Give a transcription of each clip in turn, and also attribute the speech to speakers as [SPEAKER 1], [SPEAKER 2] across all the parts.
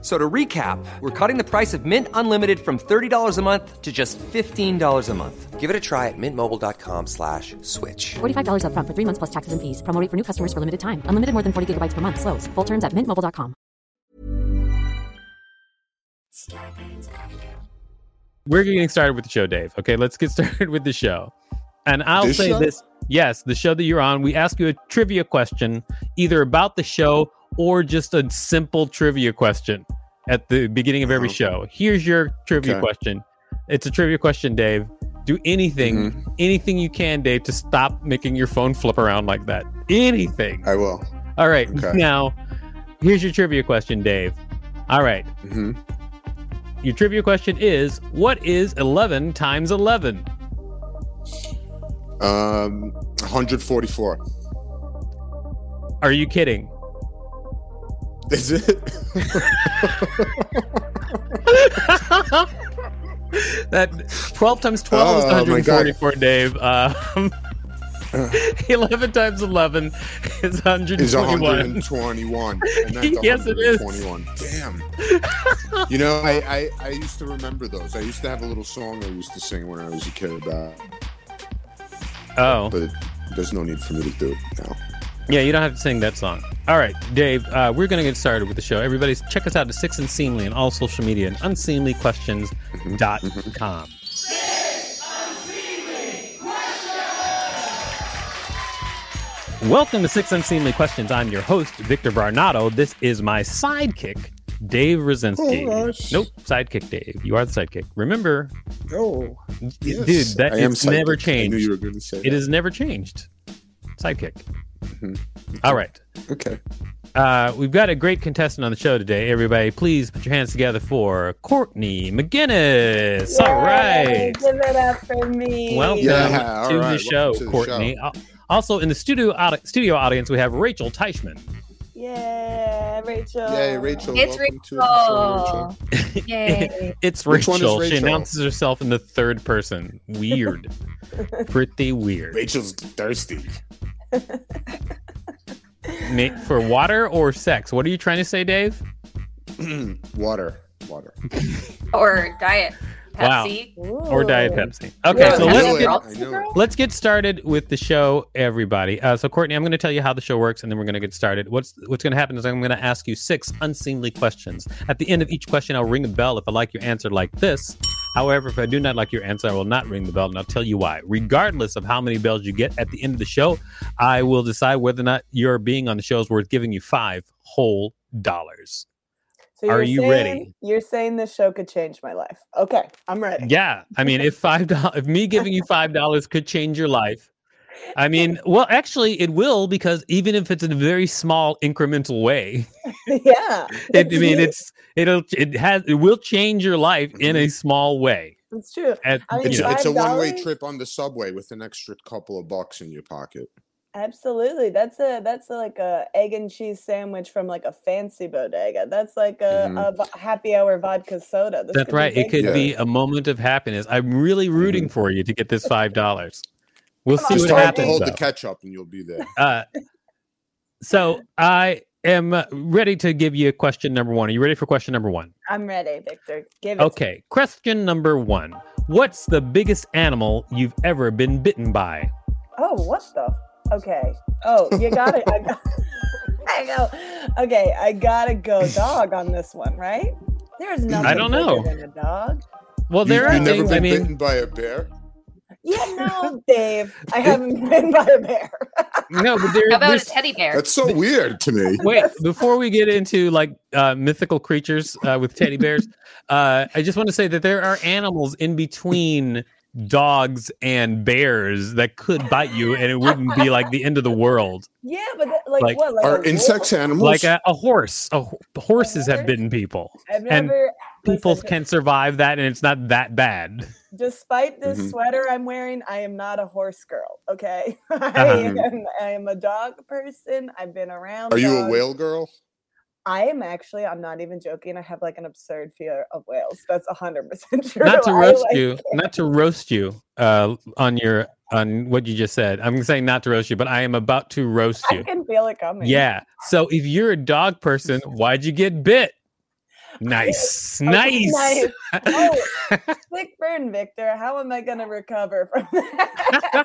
[SPEAKER 1] So to recap, we're cutting the price of Mint Unlimited from $30 a month to just $15 a month. Give it a try at mintmobile.com slash switch.
[SPEAKER 2] $45 upfront for three months plus taxes and fees. Promo rate for new customers for limited time. Unlimited more than 40 gigabytes per month. Slows. Full terms at mintmobile.com.
[SPEAKER 3] We're getting started with the show, Dave. Okay, let's get started with the show. And I'll
[SPEAKER 4] This
[SPEAKER 3] say
[SPEAKER 4] show?
[SPEAKER 3] this yes, the show that you're on, we ask you a trivia question, either about the show or just a simple trivia question at the beginning of every
[SPEAKER 4] Uh-huh.
[SPEAKER 3] show. Here's your trivia
[SPEAKER 4] Okay.
[SPEAKER 3] question. It's a trivia question, Dave. Do anything,
[SPEAKER 4] Mm-hmm.
[SPEAKER 3] anything you can, Dave, to stop making your phone flip around like that. Anything.
[SPEAKER 4] I will.
[SPEAKER 3] All right.
[SPEAKER 4] Okay.
[SPEAKER 3] Now, here's your trivia question, Dave. All right.
[SPEAKER 4] hmm
[SPEAKER 3] Your trivia question is what is 11 times 11?
[SPEAKER 4] Um, 144.
[SPEAKER 3] Are you kidding?
[SPEAKER 4] Is it?
[SPEAKER 3] that 12 times 12 is
[SPEAKER 4] Oh, my God.
[SPEAKER 3] 144, Dave. Um, 11 times 11 is
[SPEAKER 4] Is
[SPEAKER 3] 121.
[SPEAKER 4] 121. And
[SPEAKER 3] Yes, it is.
[SPEAKER 4] 121. Damn. you know, I, I I used to remember those. I used to have a little song I used to sing when I was a kid about,
[SPEAKER 3] Oh,
[SPEAKER 4] but there's no need for me to do it now.
[SPEAKER 3] yeah, you don't have to sing that song. All right, Dave, uh, we're going to get started with the show. Everybody, check us out at Six and Seemly on all social media and unseemlyquestions.com. Welcome to Six Unseemly Questions. I'm your host, Victor Barnato. This is my sidekick, Dave Rosinski.
[SPEAKER 4] Oh, gosh.
[SPEAKER 3] Nope, sidekick, Dave. You are the sidekick. Remember,
[SPEAKER 4] No.
[SPEAKER 3] dude, that
[SPEAKER 4] I am
[SPEAKER 3] it's never
[SPEAKER 4] psychic. I
[SPEAKER 3] changed.
[SPEAKER 4] knew you were going to say
[SPEAKER 3] it
[SPEAKER 4] that.
[SPEAKER 3] has never changed. Sidekick.
[SPEAKER 4] Mm-hmm.
[SPEAKER 3] All right.
[SPEAKER 4] Okay.
[SPEAKER 3] Uh, we've got a great contestant on the show today, everybody. Please put your hands together for Courtney McGinnis. All
[SPEAKER 5] Yay,
[SPEAKER 3] right.
[SPEAKER 5] Give it up for me.
[SPEAKER 3] Welcome
[SPEAKER 4] Yeah, all
[SPEAKER 3] to the
[SPEAKER 4] right,
[SPEAKER 3] show,
[SPEAKER 4] welcome to the
[SPEAKER 3] Courtney. Al- Also in the studio audi- studio audience, we have Rachel Teichman.
[SPEAKER 5] Yeah, Rachel.
[SPEAKER 4] Yay, Uh, Rachel.
[SPEAKER 6] It's
[SPEAKER 4] welcome to the show,
[SPEAKER 6] Oh,
[SPEAKER 4] Rachel.
[SPEAKER 6] yay.
[SPEAKER 3] It's
[SPEAKER 4] Which
[SPEAKER 3] Rachel.
[SPEAKER 4] one is
[SPEAKER 3] She
[SPEAKER 4] Rachel?
[SPEAKER 3] announces herself in the third person. Weird. Pretty weird.
[SPEAKER 4] Rachel's thirsty.
[SPEAKER 3] Ma- for water or sex? What are you trying to say, Dave?
[SPEAKER 4] Water. Water.
[SPEAKER 6] or diet
[SPEAKER 3] Wow.
[SPEAKER 6] Pepsi.
[SPEAKER 3] Or Diet
[SPEAKER 5] Ooh.
[SPEAKER 3] Pepsi? Okay,
[SPEAKER 6] Yeah,
[SPEAKER 3] so
[SPEAKER 4] I
[SPEAKER 3] let's
[SPEAKER 4] know
[SPEAKER 3] get
[SPEAKER 4] it. I know it.
[SPEAKER 3] Let's get started with the show, everybody. Uh, so, Courtney, I'm going to tell you how the show works, and then we're going to get started. What's What's going to happen is I'm going to ask you six unseemly questions. At the end of each question, I'll ring a bell if I like your answer, like this. However, if I do not like your answer, I will not ring the bell, and I'll tell you why. Regardless of how many bells you get at the end of the show, I will decide whether or not your being on the show is worth giving you five whole dollars.
[SPEAKER 5] So you're
[SPEAKER 3] Are you
[SPEAKER 5] saying,
[SPEAKER 3] ready?
[SPEAKER 5] You're saying this show could change my life. Okay, I'm ready.
[SPEAKER 3] Yeah, I mean, if five dollars, if me giving you five dollars could change your life, I mean, well, actually, it will because even if it's in a very small incremental way,
[SPEAKER 5] yeah.
[SPEAKER 3] it, I mean, it's it'll it has it will change your life in a
[SPEAKER 4] Mm-hmm.
[SPEAKER 3] small way.
[SPEAKER 5] it's true.
[SPEAKER 3] At,
[SPEAKER 5] I mean,
[SPEAKER 3] you
[SPEAKER 4] It's,
[SPEAKER 3] know,
[SPEAKER 4] it's a one way
[SPEAKER 5] $5?
[SPEAKER 4] trip on the subway with an extra couple of bucks in your pocket.
[SPEAKER 5] Absolutely. That's a that's a, like a egg and cheese sandwich from like a fancy bodega. That's like a,
[SPEAKER 4] Mhm.
[SPEAKER 5] a vo- happy hour vodka soda. This
[SPEAKER 3] that's
[SPEAKER 5] could be
[SPEAKER 3] right. It
[SPEAKER 5] big
[SPEAKER 3] could
[SPEAKER 4] Yeah.
[SPEAKER 3] be a moment of happiness. I'm really rooting for you to get this five dollars. We'll
[SPEAKER 5] Come
[SPEAKER 3] see
[SPEAKER 5] on,
[SPEAKER 3] what
[SPEAKER 4] Just
[SPEAKER 5] Courtney.
[SPEAKER 4] have to
[SPEAKER 3] happens.
[SPEAKER 4] hold
[SPEAKER 3] though.
[SPEAKER 4] the ketchup and you'll be there.
[SPEAKER 3] Uh, so I am uh, ready to give you question number one. Are you ready for question number one?
[SPEAKER 5] I'm ready, Victor. Give it. to me.
[SPEAKER 3] Okay, question number one. What's the biggest animal you've ever been bitten by?
[SPEAKER 5] Oh, what the? Okay. Oh, you got it. I got. I know. Okay, I gotta go dog on this one, right? There's nothing.
[SPEAKER 3] don't
[SPEAKER 5] bigger
[SPEAKER 3] know.
[SPEAKER 5] Than a dog.
[SPEAKER 3] Well,
[SPEAKER 4] you,
[SPEAKER 3] there are
[SPEAKER 4] have never
[SPEAKER 3] things.
[SPEAKER 4] been
[SPEAKER 3] I mean,
[SPEAKER 4] bitten by a bear?
[SPEAKER 5] Yeah, no, Dave. I haven't been by a bear.
[SPEAKER 3] no, but there.
[SPEAKER 6] How about a
[SPEAKER 3] there's-
[SPEAKER 6] teddy bear?
[SPEAKER 4] That's so weird to me.
[SPEAKER 3] Wait, before we get into like uh, mythical creatures uh, with teddy bears, uh, I just want to say that there are animals in between dogs and bears that could bite you, and it wouldn't be like the end of the world.
[SPEAKER 5] Yeah, but that, like,
[SPEAKER 3] Like,
[SPEAKER 5] what? Like
[SPEAKER 4] Are
[SPEAKER 5] a
[SPEAKER 4] insects
[SPEAKER 5] wolf?
[SPEAKER 4] animals?
[SPEAKER 3] Like uh, a, a horse, a, ho- horses have bitten people.
[SPEAKER 5] I've
[SPEAKER 3] and
[SPEAKER 5] never.
[SPEAKER 3] People
[SPEAKER 5] listen,
[SPEAKER 3] can survive that, and it's not that bad.
[SPEAKER 5] Despite this
[SPEAKER 3] Mm-hmm.
[SPEAKER 4] Mhm.
[SPEAKER 5] sweater I'm wearing, I am not a horse girl. Okay, I,
[SPEAKER 3] Uh-huh.
[SPEAKER 5] am, I am a dog person. I've been around.
[SPEAKER 4] Are you a
[SPEAKER 5] dogs.
[SPEAKER 4] whale girl?
[SPEAKER 5] I am actually, I'm not even joking. I have like an absurd fear of whales. That's 100% true.
[SPEAKER 3] Not to
[SPEAKER 5] I,
[SPEAKER 3] roast
[SPEAKER 5] like,
[SPEAKER 3] you, not to roast you uh, on your on what you just said. I'm saying not to roast you, but I am about to roast
[SPEAKER 5] I
[SPEAKER 3] you.
[SPEAKER 5] can feel it coming.
[SPEAKER 3] Yeah. So if you're a dog person, why'd you get bit? Nice,
[SPEAKER 5] Oh,
[SPEAKER 3] nice.
[SPEAKER 5] nice. Oh, sick burn, Victor. How am I going to recover from that?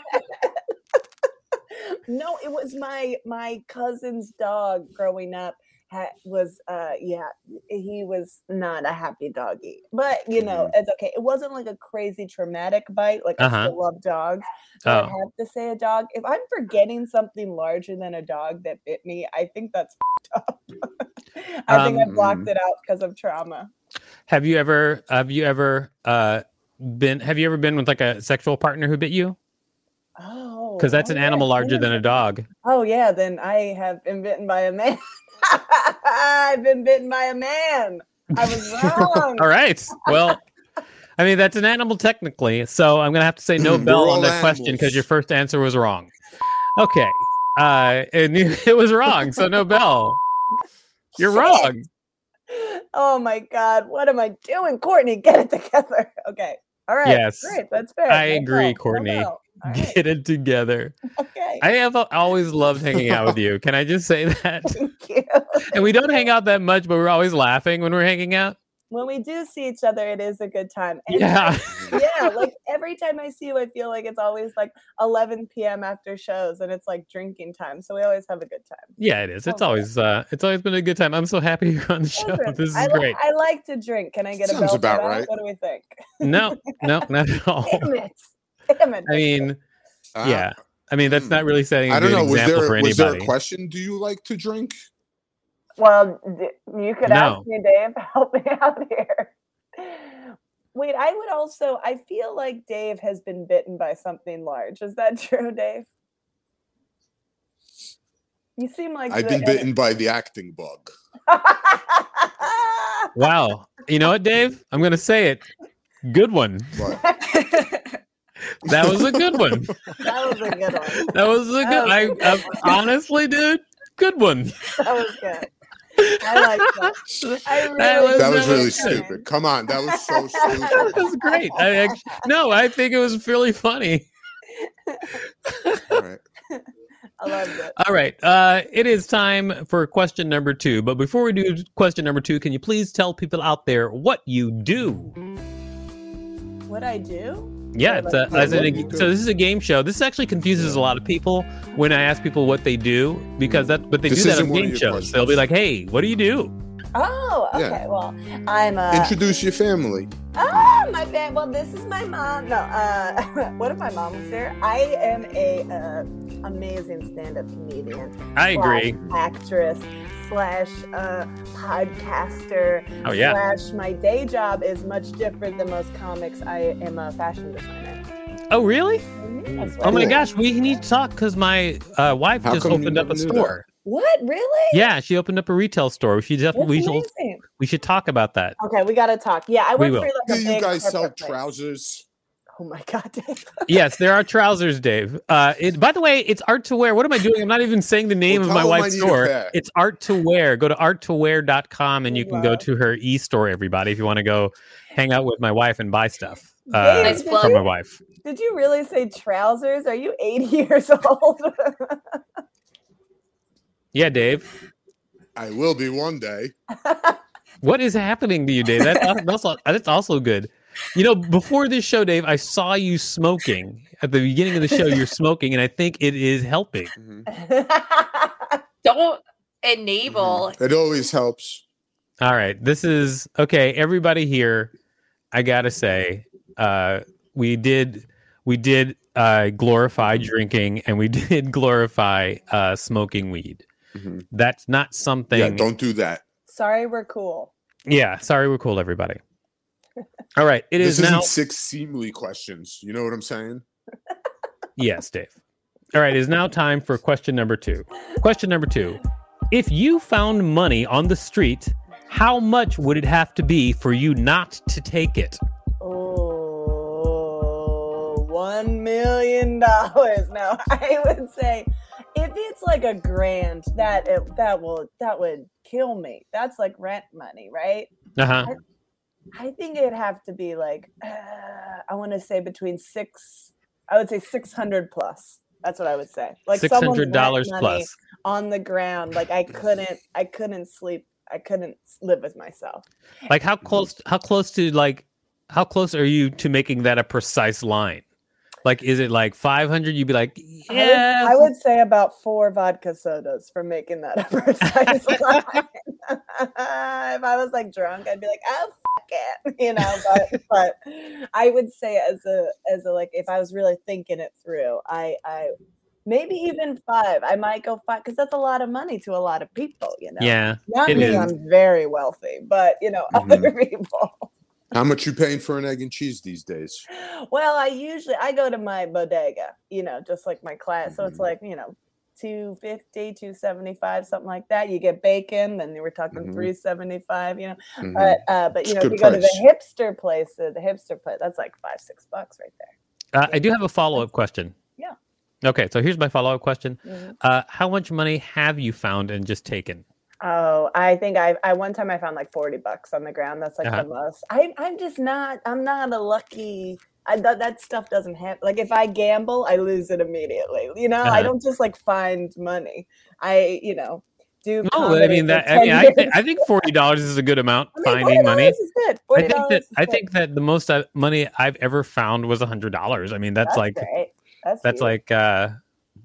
[SPEAKER 5] no, it was my my cousin's dog growing up. Ha- was uh yeah he was not a happy doggy but you know it's okay it wasn't like a crazy traumatic bite like
[SPEAKER 3] Mm. Uh-huh.
[SPEAKER 5] i still love dogs but i
[SPEAKER 3] Oh,
[SPEAKER 5] have to say a dog if i'm forgetting something larger than a dog that bit me i think that's up. i think i
[SPEAKER 4] Um,
[SPEAKER 5] blocked it out because of trauma
[SPEAKER 3] have you ever have you ever uh been have you ever been with like a sexual partner who bit you?
[SPEAKER 5] Oh,
[SPEAKER 3] Because that's
[SPEAKER 5] oh
[SPEAKER 3] an
[SPEAKER 5] yeah,
[SPEAKER 3] animal larger than a
[SPEAKER 5] yeah.
[SPEAKER 3] dog.
[SPEAKER 5] Oh yeah, then I have been bitten by a man. I've been bitten by a man. I was wrong.
[SPEAKER 3] All right. Well, I mean that's an animal technically, so I'm gonna have to say no
[SPEAKER 4] They're
[SPEAKER 3] bell
[SPEAKER 4] all
[SPEAKER 3] on that question because
[SPEAKER 4] animals.
[SPEAKER 3] your first answer was wrong. Okay, uh, and it was wrong, so no bell. You're
[SPEAKER 5] Shit.
[SPEAKER 3] wrong.
[SPEAKER 5] Oh my god, what am I doing, Courtney? Get it together. Okay. All right.
[SPEAKER 3] Yes.
[SPEAKER 5] Great. That's fair.
[SPEAKER 3] I
[SPEAKER 5] No
[SPEAKER 3] agree,
[SPEAKER 5] bell, no
[SPEAKER 3] Courtney.
[SPEAKER 5] bell. All right,
[SPEAKER 3] Get it together.
[SPEAKER 5] Okay.
[SPEAKER 3] I have always loved hanging out with you. Can I just say that?
[SPEAKER 5] Thank you.
[SPEAKER 3] And we don't hang out that much, but we're always laughing when we're hanging out.
[SPEAKER 5] When we do see each other, it is a good time. And
[SPEAKER 3] Yeah.
[SPEAKER 5] yeah, like every time I see you, I feel like it's always like 11 p.m. after shows, and it's like drinking time. So we always have a good time.
[SPEAKER 3] Yeah, it is. It's
[SPEAKER 5] Oh,
[SPEAKER 3] always uh it's always been a good time. I'm so happy you're on the show.
[SPEAKER 5] Listen,
[SPEAKER 3] This is
[SPEAKER 5] I, li-
[SPEAKER 3] great.
[SPEAKER 5] I like to drink. Can I get a
[SPEAKER 4] Sounds
[SPEAKER 5] bell? for
[SPEAKER 4] about
[SPEAKER 5] that?
[SPEAKER 4] right.
[SPEAKER 5] What do we think?
[SPEAKER 3] No, no, not at all.
[SPEAKER 6] Damn it.
[SPEAKER 5] Damn it.
[SPEAKER 3] I mean,
[SPEAKER 4] Uh,
[SPEAKER 3] yeah. I mean, that's
[SPEAKER 4] hmm.
[SPEAKER 3] not really setting a
[SPEAKER 4] I don't
[SPEAKER 3] good
[SPEAKER 4] know. Was
[SPEAKER 3] example
[SPEAKER 4] there
[SPEAKER 3] for
[SPEAKER 4] was there a
[SPEAKER 3] anybody.
[SPEAKER 4] question? Do you like to drink?
[SPEAKER 5] well, d- you could
[SPEAKER 3] No.
[SPEAKER 5] ask me, Dave. Help me out here. Wait, I would also. I feel like Dave has been bitten by something large. Is that true, Dave? You seem like
[SPEAKER 4] I've
[SPEAKER 5] the-
[SPEAKER 4] been bitten by the acting bug.
[SPEAKER 3] Wow. You know what, Dave? I'm gonna say it. Good one.
[SPEAKER 4] But
[SPEAKER 3] That was a good one.
[SPEAKER 5] that was a good one.
[SPEAKER 3] That was a good. I, I honestly, dude, good one.
[SPEAKER 5] That was good. I like that. I really
[SPEAKER 3] That was
[SPEAKER 4] that was
[SPEAKER 3] really
[SPEAKER 4] really
[SPEAKER 3] good.
[SPEAKER 4] stupid. Come on, that was so
[SPEAKER 3] That
[SPEAKER 4] stupid.
[SPEAKER 3] was great. I actually, no, I think it was really funny.
[SPEAKER 4] All right.
[SPEAKER 5] I loved it.
[SPEAKER 3] All right. Uh, it is time for question number two. But before we do question number two, can you please tell people out there what you do?
[SPEAKER 5] What I do?
[SPEAKER 3] Yeah, it's a,
[SPEAKER 5] Oh,
[SPEAKER 3] as
[SPEAKER 4] what
[SPEAKER 3] in
[SPEAKER 4] you
[SPEAKER 3] a,
[SPEAKER 4] do.
[SPEAKER 3] so this is a game show. This actually confuses a lot of people when I ask people what they do because that, but they
[SPEAKER 4] This
[SPEAKER 3] do that
[SPEAKER 4] isn't
[SPEAKER 3] on
[SPEAKER 4] one of
[SPEAKER 3] game
[SPEAKER 4] your
[SPEAKER 3] shows. They'll be
[SPEAKER 4] questions.
[SPEAKER 3] like, "Hey, what do you do?"
[SPEAKER 5] Oh, okay.
[SPEAKER 4] Yeah.
[SPEAKER 5] Well, I'm a.
[SPEAKER 4] Introduce your family.
[SPEAKER 5] Ah, my bad. Well, this is my mom. No, uh, what if my mom was there? I am a uh, amazing stand-up comedian,
[SPEAKER 3] I agree.
[SPEAKER 5] slash actress, slash uh, podcaster.
[SPEAKER 3] Oh yeah,
[SPEAKER 5] Slash, my day job is much different than most comics. I am a fashion designer.
[SPEAKER 3] Oh, really?
[SPEAKER 5] Yes,
[SPEAKER 3] Oh my
[SPEAKER 5] what-
[SPEAKER 3] gosh, we need to talk because my uh, wife
[SPEAKER 4] How
[SPEAKER 3] just
[SPEAKER 4] come you
[SPEAKER 3] opened up
[SPEAKER 4] never
[SPEAKER 3] a
[SPEAKER 4] knew
[SPEAKER 3] store.
[SPEAKER 5] What? Really?
[SPEAKER 3] Yeah, she opened up a retail store. She
[SPEAKER 5] That's
[SPEAKER 3] definitely we should,
[SPEAKER 5] amazing.
[SPEAKER 3] we should talk about that.
[SPEAKER 5] Okay, we gotta talk. Yeah, I
[SPEAKER 3] We
[SPEAKER 5] work for
[SPEAKER 3] will.
[SPEAKER 5] like
[SPEAKER 4] Do
[SPEAKER 5] a
[SPEAKER 4] you
[SPEAKER 5] big
[SPEAKER 4] guys sell
[SPEAKER 5] corporate place.
[SPEAKER 4] trousers?
[SPEAKER 5] Oh my god,
[SPEAKER 3] Uh,
[SPEAKER 5] Dave.
[SPEAKER 3] yes, there are trousers, Dave. Uh, it, by the way, it's Art to Wear. What am I doing? I'm not even saying the name
[SPEAKER 4] Well,
[SPEAKER 3] of my
[SPEAKER 4] tell 'em I
[SPEAKER 3] wife's
[SPEAKER 4] need a
[SPEAKER 3] store.
[SPEAKER 4] pair.
[SPEAKER 3] It's Art to Wear. Go to arttowear.com and you can go
[SPEAKER 5] Love.
[SPEAKER 3] to her e store, everybody, if you want to go hang out with my wife and buy stuff
[SPEAKER 5] Dave,
[SPEAKER 3] uh,
[SPEAKER 6] Nice plug.
[SPEAKER 3] from my wife.
[SPEAKER 5] Did you really say trousers? Are you 80 years old?
[SPEAKER 3] Yeah, Dave.
[SPEAKER 4] I will be one day.
[SPEAKER 3] What is happening to you, Dave? That, that's, al- that's also good. You know, before this show, Dave, I saw you smoking at the beginning of the show. You're smoking, and I think it is helping.
[SPEAKER 4] Mhm.
[SPEAKER 6] Don't enable.
[SPEAKER 4] Mhm. It always helps.
[SPEAKER 3] All right. This is okay. Everybody here, I gotta say, uh, we did we did uh, glorify drinking and we did glorify uh, smoking weed.
[SPEAKER 4] Mhm.
[SPEAKER 3] That's not something.
[SPEAKER 4] Yeah, don't do that.
[SPEAKER 5] Sorry, we're cool.
[SPEAKER 3] Yeah, sorry, we're cool, everybody. All right. It
[SPEAKER 4] this
[SPEAKER 3] is
[SPEAKER 4] isn't
[SPEAKER 3] now.
[SPEAKER 4] six seemly questions. You know what I'm saying?
[SPEAKER 3] Yes, Dave. All right, it is now time for question number two. Question number two. If you found money on the street, how much would it have to be for you not to take it?
[SPEAKER 5] Oh, one million dollars. No, I would say If it's like a grand, that it, that will that would kill me. That's like rent money, right?
[SPEAKER 3] Uh huh.
[SPEAKER 5] I think it'd have to be like uh, I want to say between six. I would say six hundred plus. That's what I would say. Like
[SPEAKER 3] Six
[SPEAKER 5] someone's
[SPEAKER 3] hundred
[SPEAKER 5] rent
[SPEAKER 3] dollars
[SPEAKER 5] money
[SPEAKER 3] plus.
[SPEAKER 5] on the ground. Like I couldn't. I couldn't sleep. I couldn't s- live with myself.
[SPEAKER 3] Like how close? How close to like? How close are you to making that a precise line? Like, is it like five hundred? You'd be like,
[SPEAKER 5] I would-
[SPEAKER 3] yeah.
[SPEAKER 5] I would, say about four vodka sodas for making that a precise line. if I was like drunk, I'd be like, "Oh, fuck it," you know. But, but I would say as a as a like, if I was really thinking it through, I I maybe even five. I might go five because that's a lot of money to a lot of people, you know.
[SPEAKER 3] Yeah.
[SPEAKER 5] Not
[SPEAKER 3] it
[SPEAKER 5] me,
[SPEAKER 3] is. Mm-hmm.
[SPEAKER 5] I'm very wealthy, but you know,
[SPEAKER 4] Mhm.
[SPEAKER 5] other people.
[SPEAKER 4] How much you paying for an egg and cheese these days?
[SPEAKER 5] Well, I usually I go to my bodega, you know, just like my class. So it's
[SPEAKER 4] Mhm.
[SPEAKER 5] like, you know, 250, 275, something like that. You get bacon, then we're talking
[SPEAKER 4] Mhm.
[SPEAKER 5] 375, you know.
[SPEAKER 4] Mhm.
[SPEAKER 5] But uh but
[SPEAKER 4] It's
[SPEAKER 5] you know,
[SPEAKER 4] a
[SPEAKER 5] if
[SPEAKER 4] good
[SPEAKER 5] you go to the hipster place, uh, the hipster place, that's like five, six bucks right
[SPEAKER 3] Uh, I do have a follow up question.
[SPEAKER 5] Yeah.
[SPEAKER 3] Okay, so here's my follow up question.
[SPEAKER 5] there. Mhm.
[SPEAKER 3] Uh, how much money have you found and just taken?
[SPEAKER 5] Oh, I think I I one time I found like 40 bucks on the ground. That's like
[SPEAKER 3] Uh-huh.
[SPEAKER 5] the most. I I'm just not I'm not a lucky I, that, that stuff doesn't happen. Like if I gamble, I lose it immediately. You know,
[SPEAKER 3] Uh-huh.
[SPEAKER 5] I don't just like find money. I, you know, do
[SPEAKER 3] No, Oh, I
[SPEAKER 5] comedy
[SPEAKER 3] mean
[SPEAKER 5] for
[SPEAKER 3] that. I
[SPEAKER 5] 10
[SPEAKER 3] mean, I,
[SPEAKER 5] years.
[SPEAKER 3] thi- I think forty dollars is a good amount.
[SPEAKER 5] I mean,
[SPEAKER 3] finding money.
[SPEAKER 5] $40 is good.
[SPEAKER 3] I
[SPEAKER 5] $40
[SPEAKER 3] think that
[SPEAKER 5] is
[SPEAKER 3] I
[SPEAKER 5] good.
[SPEAKER 3] think that the most uh, money I've ever found was hundred dollars. I mean, that's,
[SPEAKER 5] that's
[SPEAKER 3] like
[SPEAKER 5] great. that's,
[SPEAKER 3] that's
[SPEAKER 5] huge.
[SPEAKER 3] like uh,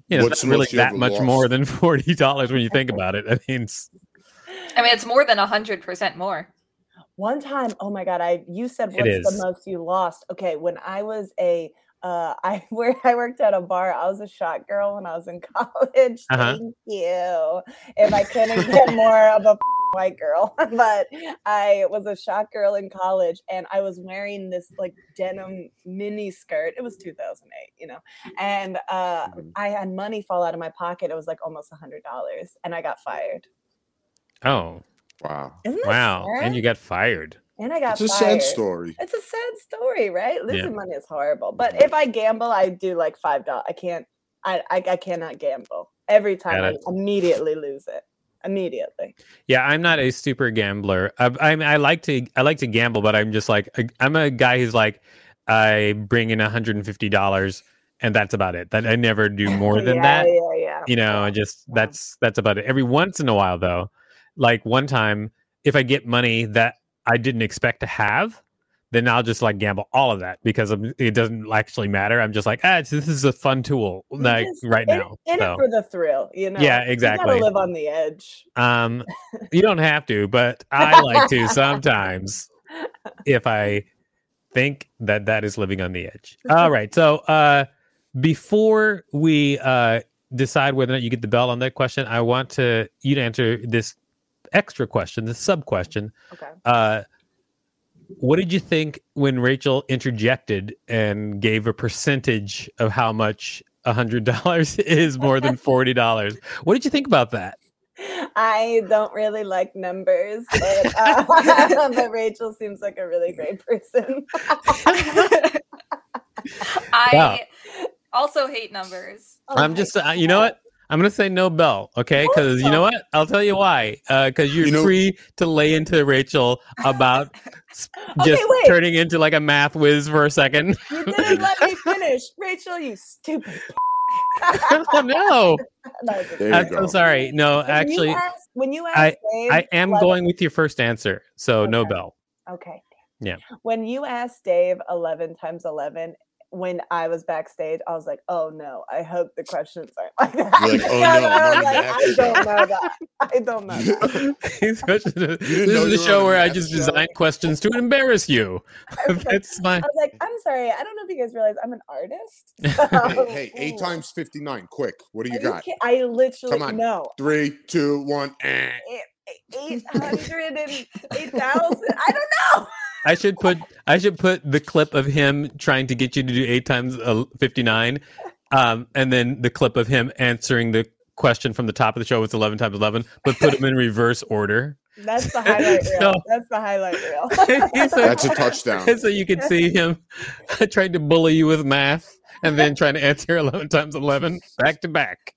[SPEAKER 3] you know,
[SPEAKER 4] What's
[SPEAKER 3] it's
[SPEAKER 4] the
[SPEAKER 3] not really
[SPEAKER 4] most you
[SPEAKER 3] that
[SPEAKER 4] ever
[SPEAKER 3] much
[SPEAKER 4] lost?
[SPEAKER 3] more than forty dollars when you think about it. I mean, it's- Mm-hmm.
[SPEAKER 6] I mean, it's more than hundred percent more.
[SPEAKER 5] One time, oh my god, I you said
[SPEAKER 3] It
[SPEAKER 5] what's the
[SPEAKER 3] is.
[SPEAKER 5] most you lost? Okay, when I was a uh I where I worked at a bar, I was a shot girl when I was in college.
[SPEAKER 3] Uh-huh.
[SPEAKER 5] Thank you. If I couldn't get more of a white girl, but I was a shot girl in college and I was wearing this like denim mini skirt. It was 2008, you know. And uh
[SPEAKER 3] Mm-hmm.
[SPEAKER 4] Mhm.
[SPEAKER 5] I had money fall out of my pocket. It was like almost a $100 and I got fired.
[SPEAKER 3] oh
[SPEAKER 4] Wow.
[SPEAKER 5] Isn't that
[SPEAKER 3] wow, and
[SPEAKER 5] sad?
[SPEAKER 3] you got fired.
[SPEAKER 5] and I got
[SPEAKER 4] It's a sad
[SPEAKER 5] fired.
[SPEAKER 4] story.
[SPEAKER 5] It's a sad story, right?
[SPEAKER 3] Yeah.
[SPEAKER 5] Losing money is horrible. But if I gamble, I do like five dollars. I can't. I, I I cannot gamble. Every time
[SPEAKER 3] Got
[SPEAKER 5] I immediately lose it. Immediately.
[SPEAKER 3] Yeah, I'm not a super gambler. I, I'm I like to I like to gamble, but I'm just like I, I'm a guy who's like I bring in 150 dollars and that's about it. That I never do more than
[SPEAKER 5] yeah,
[SPEAKER 3] that.
[SPEAKER 5] Yeah, yeah.
[SPEAKER 3] you know i just
[SPEAKER 5] Yeah.
[SPEAKER 3] that's that's about it every once in a while though like one time if i get money that i didn't expect to have then i'll just like gamble all of that because I'm, it doesn't actually matter i'm just like ah it's, this is a fun tool
[SPEAKER 5] You
[SPEAKER 3] like
[SPEAKER 5] just-
[SPEAKER 3] right
[SPEAKER 5] in,
[SPEAKER 3] now
[SPEAKER 5] In
[SPEAKER 3] so
[SPEAKER 5] it for the thrill, you know.
[SPEAKER 3] Yeah, exactly.
[SPEAKER 5] You gotta live on the edge.
[SPEAKER 3] um you don't have to but i like to sometimes if i think that that is living on the edge all right so uh before we uh decide whether or not you get the bell on that question i want to you to answer this extra question this sub question
[SPEAKER 5] Okay.
[SPEAKER 3] uh what did you think when rachel interjected and gave a percentage of how much a hundred dollars is more than forty dollars what did you think about that
[SPEAKER 5] I don't really like numbers, but, uh, but Rachel seems like a really great person. Oh
[SPEAKER 6] I also hate numbers.
[SPEAKER 5] Oh
[SPEAKER 3] I'm
[SPEAKER 5] my
[SPEAKER 3] just, uh, you know what? I'm gonna say no bell, okay? Because you know what? I'll tell you why. Because you're
[SPEAKER 4] You know-
[SPEAKER 3] free to lay into Rachel about s- just
[SPEAKER 5] wait.
[SPEAKER 3] turning into like a math whiz for a second.
[SPEAKER 5] You didn't let me finish, Rachel. You stupid.
[SPEAKER 3] oh, no,
[SPEAKER 5] No,
[SPEAKER 4] There you
[SPEAKER 3] I'm
[SPEAKER 5] when
[SPEAKER 3] so
[SPEAKER 4] go.
[SPEAKER 3] sorry. No,
[SPEAKER 5] you
[SPEAKER 3] actually,
[SPEAKER 5] asked- when you asked, Dave,
[SPEAKER 3] I am
[SPEAKER 5] like-
[SPEAKER 3] going with your first answer. So no
[SPEAKER 5] Okay.
[SPEAKER 3] bell.
[SPEAKER 5] Okay.
[SPEAKER 3] Yeah.
[SPEAKER 5] When you asked Dave eleven times eleven, when I was backstage, I was like, "Oh no! I hope the questions aren't like that."
[SPEAKER 4] You're like, "Oh, no,
[SPEAKER 5] I was
[SPEAKER 4] I'm not
[SPEAKER 5] like,
[SPEAKER 4] gonna
[SPEAKER 5] I
[SPEAKER 4] ask that."
[SPEAKER 5] don't know that. I don't know. That.
[SPEAKER 3] These questions- this
[SPEAKER 4] know
[SPEAKER 3] is
[SPEAKER 4] you
[SPEAKER 3] the
[SPEAKER 4] were
[SPEAKER 3] show
[SPEAKER 4] on a
[SPEAKER 3] where I
[SPEAKER 4] math
[SPEAKER 3] just
[SPEAKER 4] show.
[SPEAKER 3] design questions to embarrass you.
[SPEAKER 5] I was like,
[SPEAKER 3] That's my
[SPEAKER 5] I was like, "I'm sorry. I don't know if you guys realize I'm an artist." So-
[SPEAKER 4] Hey, hey, eight times 59. Quick. What do
[SPEAKER 5] Are
[SPEAKER 4] you got?
[SPEAKER 5] ki- I literally
[SPEAKER 4] Come on.
[SPEAKER 5] no.
[SPEAKER 4] Three, two, one. Eh.
[SPEAKER 5] Eight hundred and eight thousand. I don't know.
[SPEAKER 3] I should put I should put the clip of him trying to get you to do eight times uh, fifty nine, um, and then the clip of him answering the question from the top of the show. It's eleven times eleven, but put them in reverse order.
[SPEAKER 5] That's the highlight reel.
[SPEAKER 3] So-
[SPEAKER 5] That's the highlight reel.
[SPEAKER 4] That's a touchdown.
[SPEAKER 3] so you can see him trying to bully you with math, and then trying to answer eleven times eleven back to back.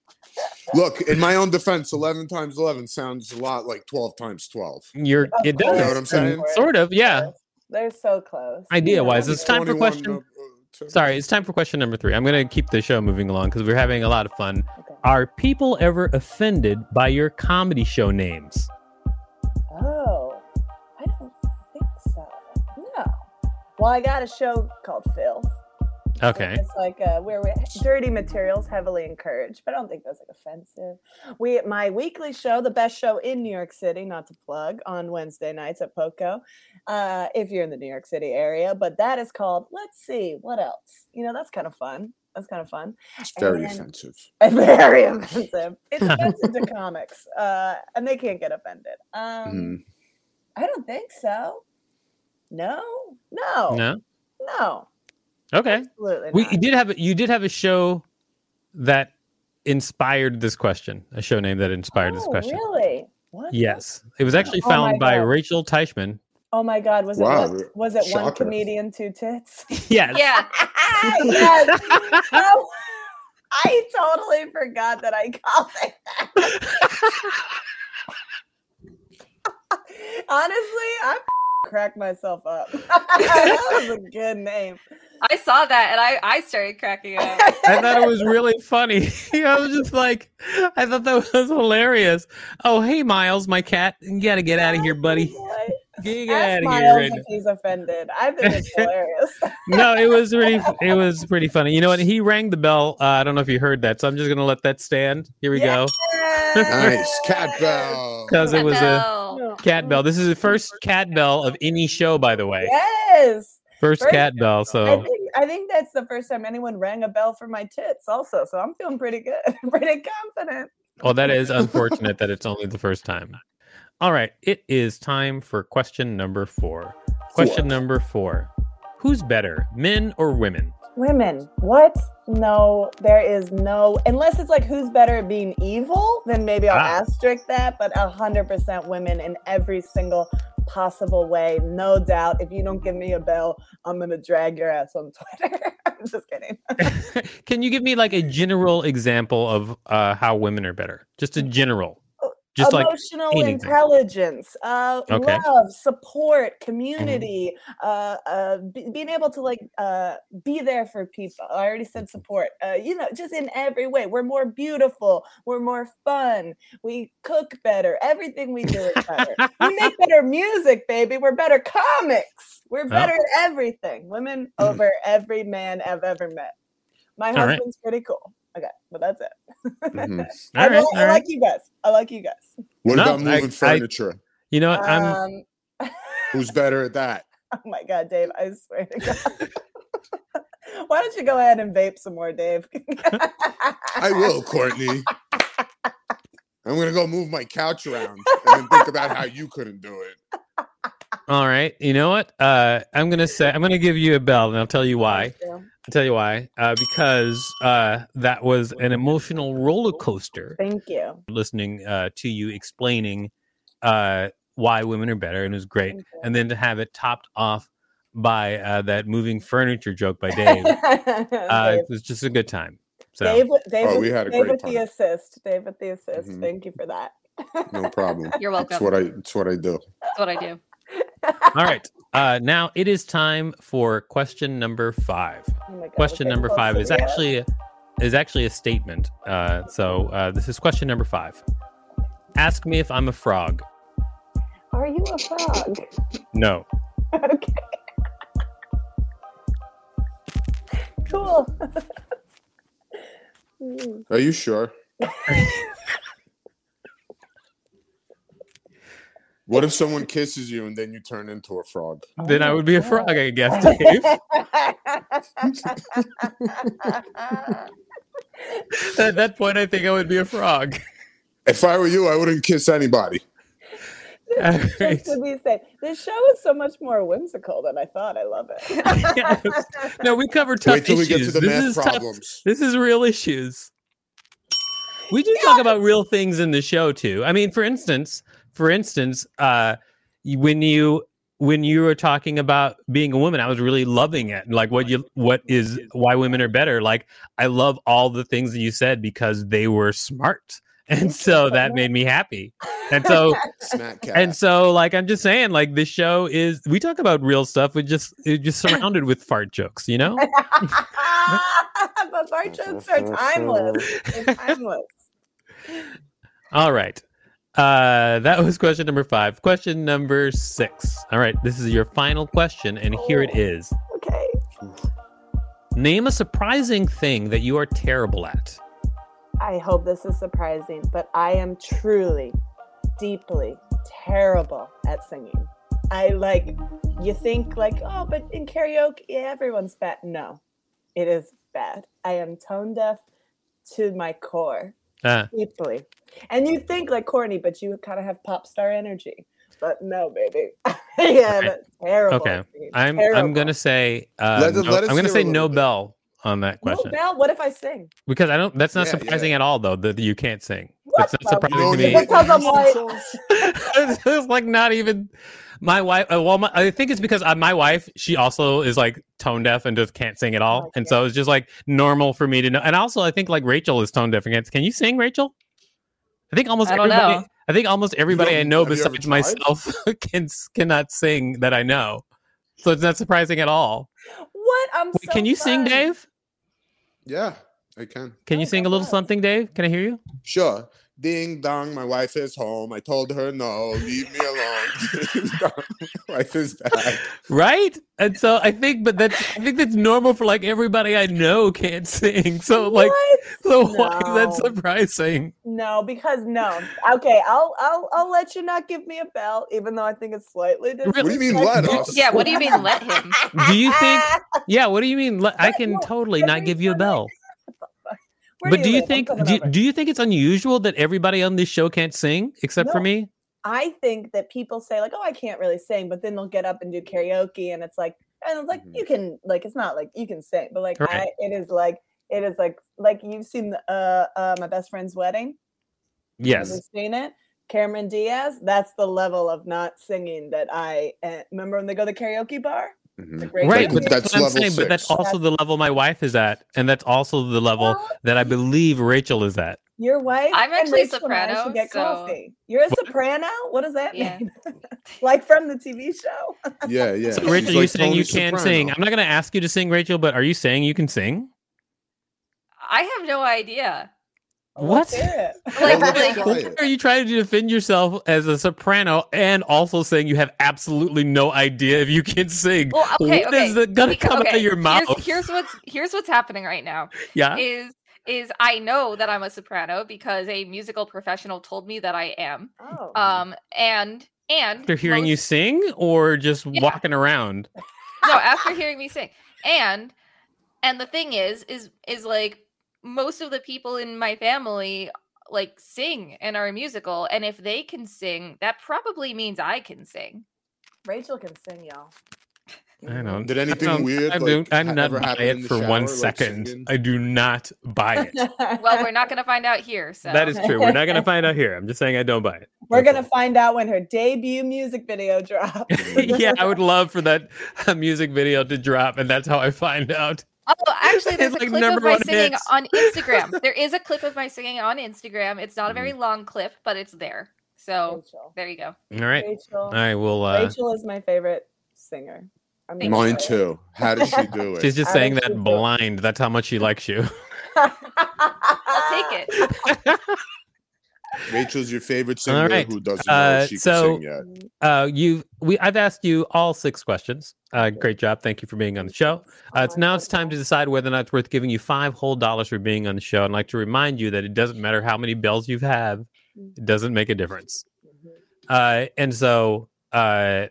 [SPEAKER 4] Look, in my own defense, eleven times eleven sounds a lot like twelve times twelve.
[SPEAKER 3] You're
[SPEAKER 5] Of
[SPEAKER 3] it
[SPEAKER 5] course.
[SPEAKER 3] does
[SPEAKER 4] You know what I'm saying?
[SPEAKER 3] sort of yeah.
[SPEAKER 5] They're so close.
[SPEAKER 3] Idea
[SPEAKER 5] You know,
[SPEAKER 3] wise, it's time for
[SPEAKER 4] 21
[SPEAKER 3] question.
[SPEAKER 4] up, uh, to-
[SPEAKER 3] Sorry, it's time for question number three. I'm going to keep the show moving along because we're having a lot of fun.
[SPEAKER 5] Okay.
[SPEAKER 3] Are people ever offended by your comedy show names?
[SPEAKER 5] Oh, I don't think so. No. Well, I got a show called Filth.
[SPEAKER 3] Okay.
[SPEAKER 5] It's like uh, where we dirty materials heavily encouraged, but I don't think that's like offensive. We my weekly show, the best show in New York City, not to plug, on Wednesday nights at Poco, uh, if you're in the New York City area. But that is called Let's See What Else. You know, that's kind of fun. That's kind of fun.
[SPEAKER 4] It's very
[SPEAKER 5] and-
[SPEAKER 4] offensive.
[SPEAKER 5] And very offensive. It's offensive to comics, uh, and they can't get offended. Um,
[SPEAKER 3] Mm-hmm.
[SPEAKER 4] Mhm.
[SPEAKER 5] I don't think so. No, no, no,
[SPEAKER 3] No. Okay.
[SPEAKER 5] absolutely
[SPEAKER 3] We
[SPEAKER 5] not.
[SPEAKER 3] you did have a- you did have a show that inspired this question. A show name that inspired this
[SPEAKER 5] Oh,
[SPEAKER 3] question.
[SPEAKER 5] Really? What?
[SPEAKER 3] Yes, it was actually
[SPEAKER 5] Oh my
[SPEAKER 3] found by
[SPEAKER 5] God.
[SPEAKER 3] Rachel Teichman.
[SPEAKER 5] Oh my God! Was
[SPEAKER 4] Wow,
[SPEAKER 5] it one- was it one
[SPEAKER 4] shocker.
[SPEAKER 5] comedian, two tits?
[SPEAKER 3] Yes.
[SPEAKER 6] Yeah.
[SPEAKER 5] yes. Oh, I totally forgot that I called it. that. Honestly, I cracked myself up. that was a good name.
[SPEAKER 6] I saw that and I, I started cracking up.
[SPEAKER 3] I thought it was really funny. I was just like, I thought that was hilarious. Oh, hey, Miles, my cat. You got to get out of here, buddy.
[SPEAKER 5] Boy,
[SPEAKER 3] Get
[SPEAKER 5] Ask
[SPEAKER 3] out of
[SPEAKER 5] Miles
[SPEAKER 3] here. Right
[SPEAKER 5] if he's offended. I think it's hilarious.
[SPEAKER 3] now. No, it was pretty. It was pretty funny. You know what? He rang the bell. Uh, I don't know if you heard that, so I'm just gonna let that stand. Here we go,
[SPEAKER 5] um,
[SPEAKER 4] Nice cat bell.
[SPEAKER 3] because it was a
[SPEAKER 6] No.
[SPEAKER 3] cat bell. This is the first cat bell of any show, by the way.
[SPEAKER 5] Yes.
[SPEAKER 3] First
[SPEAKER 5] First-
[SPEAKER 3] cat bell.
[SPEAKER 5] I
[SPEAKER 3] So
[SPEAKER 5] think I think that's the first time anyone rang a bell for my tits. Also, so I'm feeling pretty good, pretty confident.
[SPEAKER 3] Well, that is unfortunate that it's only the first time. All right, it is time for question number four. Question number four Who's better, men or women?
[SPEAKER 5] Women, what? No, there is no. Unless it's like who's better at being evil, then maybe I'll
[SPEAKER 3] Ah.
[SPEAKER 5] asterisk that. But hundred percent women in every single possible way, no doubt. If you don't give me a bell, I'm gonna drag your ass on Twitter. I'm just kidding.
[SPEAKER 3] Can you give me like a general example of uh, how women are better? Just a general. Just like,
[SPEAKER 5] emotional
[SPEAKER 3] anything.
[SPEAKER 5] intelligence uh
[SPEAKER 3] Okay. Mm-hmm.
[SPEAKER 5] love support community uh uh be- being able to like uh be there for people i already said
[SPEAKER 3] Mm-hmm.
[SPEAKER 5] support uh you know just in every way we're more beautiful we're more fun we cook better everything we do is better we make better music baby we're better comics
[SPEAKER 3] Oh.
[SPEAKER 5] we're better at everything women over every man i've ever met my
[SPEAKER 3] Mm-hmm. All right. Mm-hmm.
[SPEAKER 5] husband's pretty cool okay but that's it
[SPEAKER 4] Mhm.
[SPEAKER 3] all
[SPEAKER 5] I,
[SPEAKER 3] right,
[SPEAKER 5] li-
[SPEAKER 3] all
[SPEAKER 5] I
[SPEAKER 3] right.
[SPEAKER 5] like you guys. I like you guys.
[SPEAKER 4] What
[SPEAKER 3] No,
[SPEAKER 4] about
[SPEAKER 3] I-
[SPEAKER 4] moving
[SPEAKER 3] I-
[SPEAKER 4] furniture?
[SPEAKER 3] You know, what? I'm.
[SPEAKER 5] Um,
[SPEAKER 4] Who's better at that?
[SPEAKER 5] oh my god, Dave! I swear to God. Why don't you go ahead and vape some more, Dave?
[SPEAKER 4] I will, Courtney. I'm gonna go move my couch around and then think about how you couldn't do it.
[SPEAKER 3] All right. You know what? Uh, I'm gonna say I'm gonna give you a bell, and I'll tell you why. I'll tell you why. Uh, because uh, that was an emotional roller coaster.
[SPEAKER 5] Thank you.
[SPEAKER 3] listening uh, to you explaining uh, why women are better, and it was great.
[SPEAKER 5] Thank you.
[SPEAKER 3] And then to have it topped off by uh, that moving furniture joke by Dave, uh,
[SPEAKER 5] Dave,
[SPEAKER 3] it was just a good time. So
[SPEAKER 5] Dave, with- Dave
[SPEAKER 4] Oh,
[SPEAKER 5] with-
[SPEAKER 4] we had a
[SPEAKER 5] Dave
[SPEAKER 4] great
[SPEAKER 5] with the
[SPEAKER 4] time.
[SPEAKER 5] assist. Dave with the assist.
[SPEAKER 4] Mhm.
[SPEAKER 5] Thank you for that. Oh
[SPEAKER 4] No problem.
[SPEAKER 6] You're
[SPEAKER 4] It's
[SPEAKER 6] welcome.
[SPEAKER 4] what I. It's what I do.
[SPEAKER 6] That's what I do.
[SPEAKER 3] all right, uh, now it is time for question number five.
[SPEAKER 5] Oh my God, we're
[SPEAKER 3] Question
[SPEAKER 5] getting
[SPEAKER 3] number
[SPEAKER 5] close
[SPEAKER 3] five
[SPEAKER 5] to
[SPEAKER 3] is
[SPEAKER 5] the end.
[SPEAKER 3] actually a- is actually a statement. Uh, so uh, this is question number five. Ask me if I'm a frog.
[SPEAKER 5] Are you a frog?
[SPEAKER 3] No.
[SPEAKER 5] okay. cool. Hmm.
[SPEAKER 4] Are you sure? what if someone kisses you and then you turn into a frog?
[SPEAKER 3] Then I
[SPEAKER 5] Oh,
[SPEAKER 3] would be a
[SPEAKER 5] God.
[SPEAKER 3] frog, I guess, Dave. At that point, I think I would be a frog.
[SPEAKER 4] If I were you, I wouldn't kiss anybody.
[SPEAKER 3] All right.
[SPEAKER 5] Just to be safe. This show is so much more whimsical than I thought. I love it.
[SPEAKER 3] Yes. No, we cover tough
[SPEAKER 4] Wait till
[SPEAKER 3] issues.
[SPEAKER 4] we get to the
[SPEAKER 3] this
[SPEAKER 4] math
[SPEAKER 3] is tough-
[SPEAKER 4] problems.
[SPEAKER 3] This is real issues. We do talk about real things in the show too. I mean, for instance, for instance, uh, y- when you when you were talking about being a woman, I was really loving it. Like what you what is why women are better. Like I love all the things that you said because they were smart. And so that made me happy. And so
[SPEAKER 4] Smack cat.
[SPEAKER 3] and so like I'm just saying, like this show is we talk about real stuff, we just it's just surrounded with fart jokes, you know?
[SPEAKER 5] but bar jokes are timeless. They're timeless.
[SPEAKER 3] All right. Uh, that was question number five. Question number six. All right. This is your final question, and here it is.
[SPEAKER 5] Okay.
[SPEAKER 3] Name a surprising thing that you are terrible at.
[SPEAKER 5] I hope this is surprising, but I am truly, deeply terrible at singing. I like, you think like, oh, but in karaoke, yeah, everyone's bad. No, it is bad. I am tone deaf to my core,
[SPEAKER 3] Uh,
[SPEAKER 5] deeply. And you think like corny, but you kind of have pop star energy. But no, baby. yeah,
[SPEAKER 3] Okay.
[SPEAKER 5] that's terrible.
[SPEAKER 3] Okay.
[SPEAKER 5] at singing.
[SPEAKER 3] I'm I'm
[SPEAKER 5] Terrible.
[SPEAKER 3] gonna say uh,
[SPEAKER 4] Let us-
[SPEAKER 3] no-
[SPEAKER 4] let us
[SPEAKER 3] I'm gonna
[SPEAKER 4] hear a
[SPEAKER 3] say
[SPEAKER 4] little
[SPEAKER 3] no
[SPEAKER 4] bit.
[SPEAKER 3] bell on that
[SPEAKER 5] No
[SPEAKER 3] question
[SPEAKER 5] bell. What if I sing?
[SPEAKER 3] because I don't. That's not
[SPEAKER 4] Yeah,
[SPEAKER 3] surprising
[SPEAKER 4] yeah.
[SPEAKER 3] at all, though. That you can't sing.
[SPEAKER 5] What?
[SPEAKER 3] That's not
[SPEAKER 4] You
[SPEAKER 3] surprising
[SPEAKER 4] know
[SPEAKER 3] to
[SPEAKER 4] the
[SPEAKER 3] me.
[SPEAKER 5] That's how
[SPEAKER 4] Whitney
[SPEAKER 5] I'm like-
[SPEAKER 4] Houston songs?
[SPEAKER 3] it's just, like not even my wife. uh, Well, my, I think it's because uh, my wife she also is like tone deaf and just can't sing at all,
[SPEAKER 5] Oh,
[SPEAKER 3] and so it's just like normal for me to know. And also, I think like Rachel is tone deaf. Against can you sing, Rachel? I think almost
[SPEAKER 6] I don't
[SPEAKER 3] everybody.
[SPEAKER 6] know.
[SPEAKER 3] I think almost everybody I
[SPEAKER 4] don't-
[SPEAKER 3] know
[SPEAKER 4] have you ever
[SPEAKER 3] besides
[SPEAKER 4] tried?
[SPEAKER 3] myself can cannot sing that I know. So it's not surprising at all.
[SPEAKER 5] What? I'm
[SPEAKER 3] Wait,
[SPEAKER 5] so
[SPEAKER 3] can you sing,
[SPEAKER 5] fun.
[SPEAKER 3] Dave?
[SPEAKER 4] Yeah, I can.
[SPEAKER 3] Can
[SPEAKER 5] Oh,
[SPEAKER 3] you sing
[SPEAKER 5] go
[SPEAKER 3] a little
[SPEAKER 5] for it.
[SPEAKER 3] something, Dave? Can I hear you?
[SPEAKER 4] Sure. Ding dong, my wife is home. I told her no, leave me alone. Ding dong, my wife is back.
[SPEAKER 3] Right? And so I think, but that's I think that's normal for like everybody I know can't sing. So like,
[SPEAKER 5] What?
[SPEAKER 3] so why is that
[SPEAKER 5] No.
[SPEAKER 3] surprising?
[SPEAKER 5] No, because no. Okay, I'll I'll I'll let you not give me a bell, even though I think it's slightly
[SPEAKER 4] What
[SPEAKER 5] disrespectful.
[SPEAKER 4] do you mean, let us?
[SPEAKER 6] Yeah, what do you mean let him?
[SPEAKER 3] Do you think? Yeah. What do you mean? Let- I
[SPEAKER 5] But
[SPEAKER 3] can
[SPEAKER 5] no,
[SPEAKER 3] totally not
[SPEAKER 5] every
[SPEAKER 3] give you a
[SPEAKER 5] time I-
[SPEAKER 3] bell.
[SPEAKER 5] Where
[SPEAKER 3] but do you
[SPEAKER 5] live? I'm
[SPEAKER 3] think?
[SPEAKER 5] coming
[SPEAKER 3] Do,
[SPEAKER 5] over.
[SPEAKER 3] do you think it's unusual that everybody on this show can't sing except for
[SPEAKER 5] No.
[SPEAKER 3] me?
[SPEAKER 5] I think that people say like, "Oh, I can't really sing," but then they'll get up and do karaoke, and it's like, and it's like
[SPEAKER 4] Mhm.
[SPEAKER 5] you can like it's not like you can sing, but like
[SPEAKER 3] Mm-hmm. Right.
[SPEAKER 5] I, it is like it is like like you've seen the, uh uh my best friend's wedding.
[SPEAKER 3] Yes.
[SPEAKER 5] You've seen it. Cameron Diaz. That's the level of not singing that I uh, remember when they go to the karaoke bar.
[SPEAKER 4] Mhm.
[SPEAKER 5] great
[SPEAKER 3] Mm-hmm. Right,
[SPEAKER 5] Like,
[SPEAKER 3] but that's,
[SPEAKER 4] that's
[SPEAKER 3] what I'm
[SPEAKER 4] level
[SPEAKER 3] saying. But that's
[SPEAKER 4] six.
[SPEAKER 3] also the level my wife is at, and that's also the level
[SPEAKER 5] Well,
[SPEAKER 3] that I believe Rachel is at.
[SPEAKER 5] Your wife.
[SPEAKER 6] I'm
[SPEAKER 5] and
[SPEAKER 6] actually a
[SPEAKER 5] Rachel and I should
[SPEAKER 6] soprano,
[SPEAKER 5] Get
[SPEAKER 6] so-
[SPEAKER 5] coffee. You're a soprano. What does that
[SPEAKER 6] Yeah.
[SPEAKER 5] mean? like from the TV show?
[SPEAKER 4] Yeah, yeah.
[SPEAKER 3] So
[SPEAKER 4] she's
[SPEAKER 3] Rachel, you
[SPEAKER 4] like
[SPEAKER 3] saying
[SPEAKER 4] Tony
[SPEAKER 3] you can't
[SPEAKER 4] Soprano.
[SPEAKER 3] sing? I'm not going to ask you to sing, Rachel, but are you saying you can sing?
[SPEAKER 6] I have no idea.
[SPEAKER 3] What?
[SPEAKER 5] Let's hear it.
[SPEAKER 6] Like,
[SPEAKER 4] Well,
[SPEAKER 6] like
[SPEAKER 4] let's try
[SPEAKER 3] What
[SPEAKER 4] it.
[SPEAKER 3] are you trying to defend yourself as a soprano and also saying you have absolutely no idea if you can sing?
[SPEAKER 6] well, okay,
[SPEAKER 3] What
[SPEAKER 6] okay.
[SPEAKER 3] is that gonna
[SPEAKER 6] Beca-
[SPEAKER 3] come out
[SPEAKER 6] okay,
[SPEAKER 3] of your mouth?
[SPEAKER 6] Here's, here's what's here's what's happening right now
[SPEAKER 3] yeah.
[SPEAKER 6] is is I know that I'm a soprano because a musical professional told me that I am.
[SPEAKER 5] Oh.
[SPEAKER 6] Um and and
[SPEAKER 3] After hearing you
[SPEAKER 6] most-
[SPEAKER 3] sing or just
[SPEAKER 6] Yeah.
[SPEAKER 3] walking around?
[SPEAKER 6] no after hearing me sing and and the thing is is is like most of the people in my family like sing and are musical and if they can sing that probably means i can sing
[SPEAKER 5] Rachel can sing, y'all.
[SPEAKER 3] I don't.
[SPEAKER 4] Did
[SPEAKER 3] I
[SPEAKER 4] anything
[SPEAKER 3] don't-
[SPEAKER 4] weird?
[SPEAKER 3] I
[SPEAKER 4] like,
[SPEAKER 3] don't, I'm
[SPEAKER 4] ha-
[SPEAKER 3] not
[SPEAKER 4] ever
[SPEAKER 3] buy
[SPEAKER 4] happen in
[SPEAKER 3] it
[SPEAKER 4] the
[SPEAKER 3] for
[SPEAKER 4] shower,
[SPEAKER 3] one
[SPEAKER 4] like,
[SPEAKER 3] second.
[SPEAKER 4] singing?
[SPEAKER 3] I do not buy it.
[SPEAKER 6] well we're not going to find out here so
[SPEAKER 3] That is true. We're not going to find out here. I'm just saying I don't buy it.
[SPEAKER 5] We're
[SPEAKER 3] That's
[SPEAKER 5] gonna
[SPEAKER 3] all.
[SPEAKER 5] find out when her debut music video drops.
[SPEAKER 3] yeah, I would love for that uh, music video to drop, and that's how I find out.
[SPEAKER 6] oh actually there's
[SPEAKER 3] It's
[SPEAKER 6] a
[SPEAKER 3] like
[SPEAKER 6] clip
[SPEAKER 3] number
[SPEAKER 6] of my
[SPEAKER 3] one
[SPEAKER 6] singing
[SPEAKER 3] hits.
[SPEAKER 6] on instagram there is a clip of my singing on instagram it's not a
[SPEAKER 3] Mm-hmm.
[SPEAKER 6] very long clip but it's there so
[SPEAKER 5] Rachel.
[SPEAKER 6] there you go
[SPEAKER 3] All right,
[SPEAKER 5] Rachel.
[SPEAKER 3] all right. Well, uh,
[SPEAKER 5] Rachel is my favorite singer. I'm gonna
[SPEAKER 4] Mine
[SPEAKER 5] say it.
[SPEAKER 4] too. How did she do it?
[SPEAKER 3] she's just
[SPEAKER 5] I
[SPEAKER 3] saying
[SPEAKER 5] think she's
[SPEAKER 3] that
[SPEAKER 5] a-
[SPEAKER 3] blind. That's how much she likes you.
[SPEAKER 6] i'll take it
[SPEAKER 4] Rachel's your favorite singer
[SPEAKER 3] All right.
[SPEAKER 4] who doesn't know
[SPEAKER 3] Uh,
[SPEAKER 4] if she
[SPEAKER 3] so-
[SPEAKER 4] can sing yet.
[SPEAKER 3] Uh, you, we, I've asked you all six questions. Uh, great job. Thank you for being on the show. Uh, it's now it's time to decide whether or not it's worth giving you five whole dollars for being on the show. I'd like to remind you that it doesn't matter how many bells you've had; it doesn't make a difference. Uh, and so uh,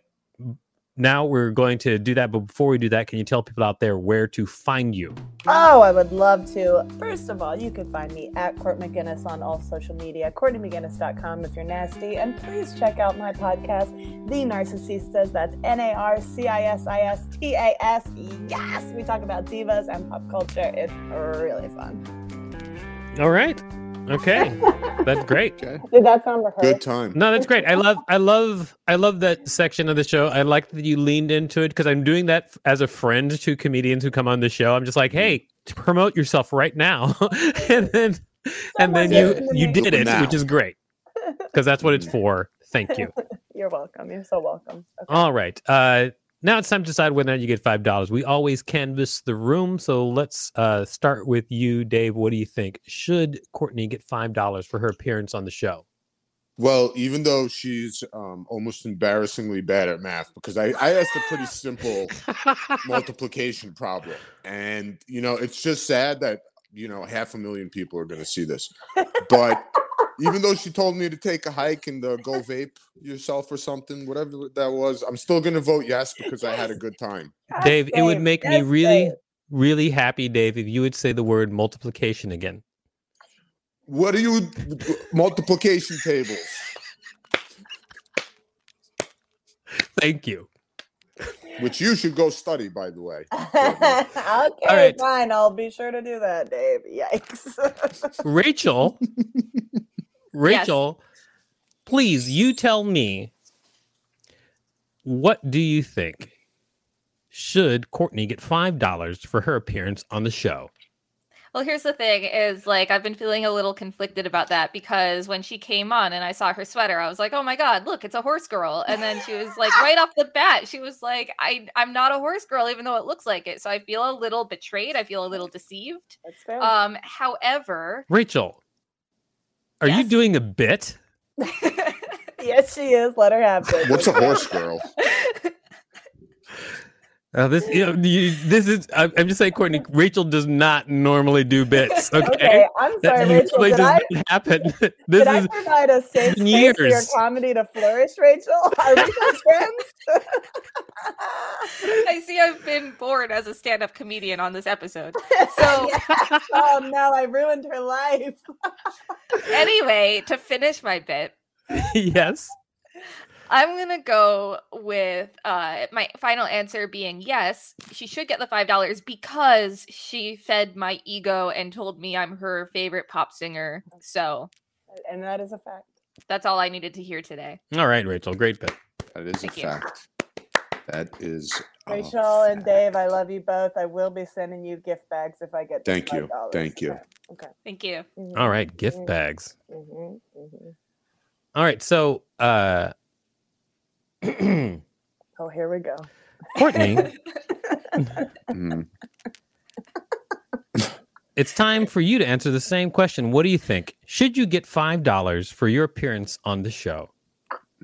[SPEAKER 3] now we're going to do that. But before we do that, can you tell people out there where to find you?
[SPEAKER 5] Oh, I would love to. First of all, you can find me at Court McGinnis on all social media, CourtneyMcGinnis.com if you're nasty. And please check out my podcast, The Narcissistas. That's N A R C I S I S T A S. Yes, we talk about divas and pop culture. It's really fun.
[SPEAKER 3] All right. Okay, that's great.
[SPEAKER 4] Okay.
[SPEAKER 5] Did that sound rehearsed?
[SPEAKER 4] Good time.
[SPEAKER 3] No, that's great. I love, I love, I love that section of the show. I like that you leaned into it because I'm doing that f- as a friend to comedians who come on the show. I'm just like, hey, to promote yourself right now, and then, and then you
[SPEAKER 5] Someone
[SPEAKER 3] you
[SPEAKER 5] did it.
[SPEAKER 3] did it,
[SPEAKER 4] Now.
[SPEAKER 3] which is great because that's what it's for. Thank you.
[SPEAKER 5] You're welcome. You're so welcome. Okay.
[SPEAKER 3] All right. Uh, now it's time to decide whether or not you get five dollars. We always canvass the room, so let's uh, start with you, Dave. What do you think? Should Courtney get five dollars for her appearance on the show?
[SPEAKER 4] Well, even though she's um, almost embarrassingly bad at math, because I, I asked a pretty simple multiplication problem. And, you know, it's just sad that, you know, half a million people are going to see this. But even though she told me to take a hike and uh, go vape yourself or something, whatever that was, I'm still going to vote yes because I had a good time.
[SPEAKER 5] Yes,
[SPEAKER 3] Oh, Dave, it would
[SPEAKER 5] babe.
[SPEAKER 3] make me
[SPEAKER 5] Yes,
[SPEAKER 3] really,
[SPEAKER 5] babe.
[SPEAKER 3] really happy, Dave, if you would say the word multiplication again.
[SPEAKER 4] What are you, multiplication tables?
[SPEAKER 3] Thank you.
[SPEAKER 4] Which you should go study, by the way.
[SPEAKER 5] okay,
[SPEAKER 3] right.
[SPEAKER 5] fine. I'll be sure to do that, Dave. Yikes.
[SPEAKER 3] Rachel, Rachel, please, you tell me what do you think? Should Courtney get five dollars for her appearance on the show?
[SPEAKER 6] Well, here's the thing is like I've been feeling a little conflicted about that because when she came on and I saw her sweater, I was like, "Oh my god, look, it's a horse girl." And then she was like right off the bat, she was like, "I I'm not a horse girl even though it looks like it." So I feel a little betrayed, I feel a little deceived.
[SPEAKER 5] That's fair.
[SPEAKER 3] Uh,
[SPEAKER 6] Um however,
[SPEAKER 3] Rachel, are you
[SPEAKER 6] Yes?
[SPEAKER 3] doing a bit?
[SPEAKER 5] yes, she is. Let her have it.
[SPEAKER 4] What's a horse girl?
[SPEAKER 3] Uh, this you know, you- this is I, I'm just saying, Courtney. Rachel does not normally do bits. Okay,
[SPEAKER 5] Okay, I'm
[SPEAKER 3] that
[SPEAKER 5] sorry, Rachel.
[SPEAKER 3] usually
[SPEAKER 5] Did
[SPEAKER 3] does
[SPEAKER 5] I
[SPEAKER 3] not happen.
[SPEAKER 5] did
[SPEAKER 3] this
[SPEAKER 5] I
[SPEAKER 3] is
[SPEAKER 5] provide a safe
[SPEAKER 3] been
[SPEAKER 5] space for your
[SPEAKER 3] years.
[SPEAKER 5] comedy to flourish, Rachel? Are we just friends?
[SPEAKER 6] I see I've been bored as a stand-up comedian on this episode. So,
[SPEAKER 5] oh no, I ruined her life.
[SPEAKER 6] anyway, to finish my bit,
[SPEAKER 3] yes.
[SPEAKER 6] I'm gonna go with uh my final answer being yes, she should get the five dollars because she fed my ego and told me I'm her favorite pop singer. So
[SPEAKER 5] And that is a fact.
[SPEAKER 6] that's all I needed to hear today.
[SPEAKER 3] All right, Rachel. Great bit.
[SPEAKER 4] That is a
[SPEAKER 6] Thank you.
[SPEAKER 4] fact. That is.
[SPEAKER 3] Oh,
[SPEAKER 4] a
[SPEAKER 5] Rachel and
[SPEAKER 4] fact.
[SPEAKER 5] Dave, I love you both. I will be sending you gift bags if I get. the
[SPEAKER 4] Thank you.
[SPEAKER 5] $5.
[SPEAKER 4] Thank you.
[SPEAKER 6] Thank you.
[SPEAKER 5] Mhm,
[SPEAKER 3] All right, gift bags.
[SPEAKER 5] mhm, mhm.
[SPEAKER 3] All right, so uh,
[SPEAKER 5] Oh, here we go.
[SPEAKER 3] Courtney,
[SPEAKER 4] Mm.
[SPEAKER 3] it's time for you to answer the same question. What do you think? Should you get five dollars for your appearance on the show?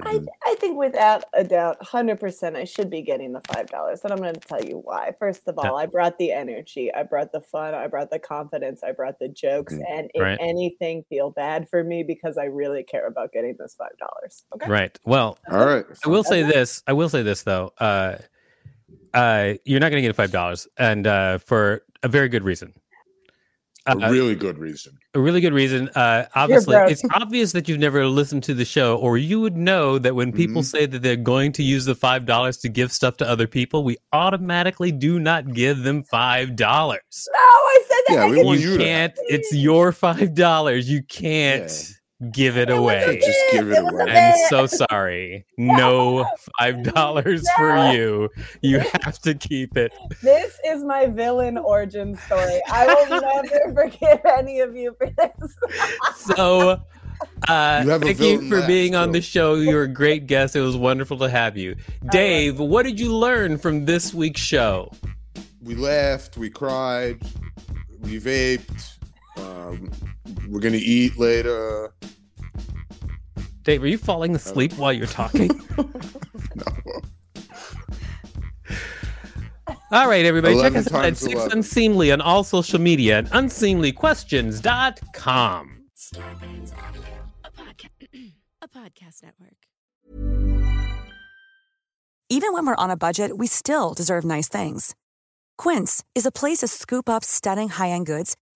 [SPEAKER 4] Mm-hmm.
[SPEAKER 5] I, I think without a doubt, 100%, I should be getting the $5. And I'm going to tell you why. First of all, I brought the energy, I brought the fun, I brought the confidence, I brought the jokes.
[SPEAKER 4] Mhm.
[SPEAKER 5] And if
[SPEAKER 3] Mm, Right.
[SPEAKER 5] anything, feel bad for me because I really care about getting this $5. Okay.
[SPEAKER 3] Right. Well,
[SPEAKER 4] All right.
[SPEAKER 3] I will say this. I will say this though. Uh, uh, you're not going to get five dollars, and uh, for a very good reason.
[SPEAKER 4] A
[SPEAKER 3] Uh,
[SPEAKER 4] really good reason.
[SPEAKER 3] a really good reason. Uh, obviously,
[SPEAKER 5] broke.
[SPEAKER 3] it's obvious that you've never listened to the show, or you would know that when people
[SPEAKER 4] Mhm.
[SPEAKER 5] Mm-hmm.
[SPEAKER 3] say that they're going to use the five dollars to give stuff to other people, we automatically do not give them five dollars.
[SPEAKER 5] No, Oh, I said that.
[SPEAKER 4] Yeah,
[SPEAKER 5] I
[SPEAKER 4] we
[SPEAKER 5] didn't
[SPEAKER 4] want
[SPEAKER 5] say
[SPEAKER 3] You
[SPEAKER 4] to-
[SPEAKER 3] can't. It's your five dollars. You can't give it
[SPEAKER 5] it was a
[SPEAKER 3] away.
[SPEAKER 4] Just give it
[SPEAKER 5] was a
[SPEAKER 4] away.
[SPEAKER 3] I'm
[SPEAKER 5] bit.
[SPEAKER 3] so sorry. No five dollars for you. You have to keep it.
[SPEAKER 5] This is my villain origin story. I will never forgive any of you for this.
[SPEAKER 3] So, uh,
[SPEAKER 4] You have a
[SPEAKER 3] thank you
[SPEAKER 4] villain
[SPEAKER 3] for
[SPEAKER 4] left,
[SPEAKER 3] being on the
[SPEAKER 4] so-
[SPEAKER 3] show. You're a great guest. It was wonderful to have you, Dave. What did you learn from this week's show?
[SPEAKER 4] We laughed. We cried. We vaped. Um, we're gonna eat later.
[SPEAKER 3] Dave, are you falling asleep while you're talking?
[SPEAKER 4] No.
[SPEAKER 3] All right, everybody, check
[SPEAKER 4] 11
[SPEAKER 3] us out at
[SPEAKER 4] times
[SPEAKER 3] Six
[SPEAKER 4] 11.
[SPEAKER 3] Unseemly on all social media and unseemlyquestions.com.
[SPEAKER 7] Starbane's Audio, a, podca- a podcast network.
[SPEAKER 8] Even when we're on a budget, we still deserve nice things. Quince is a place to scoop up stunning high end goods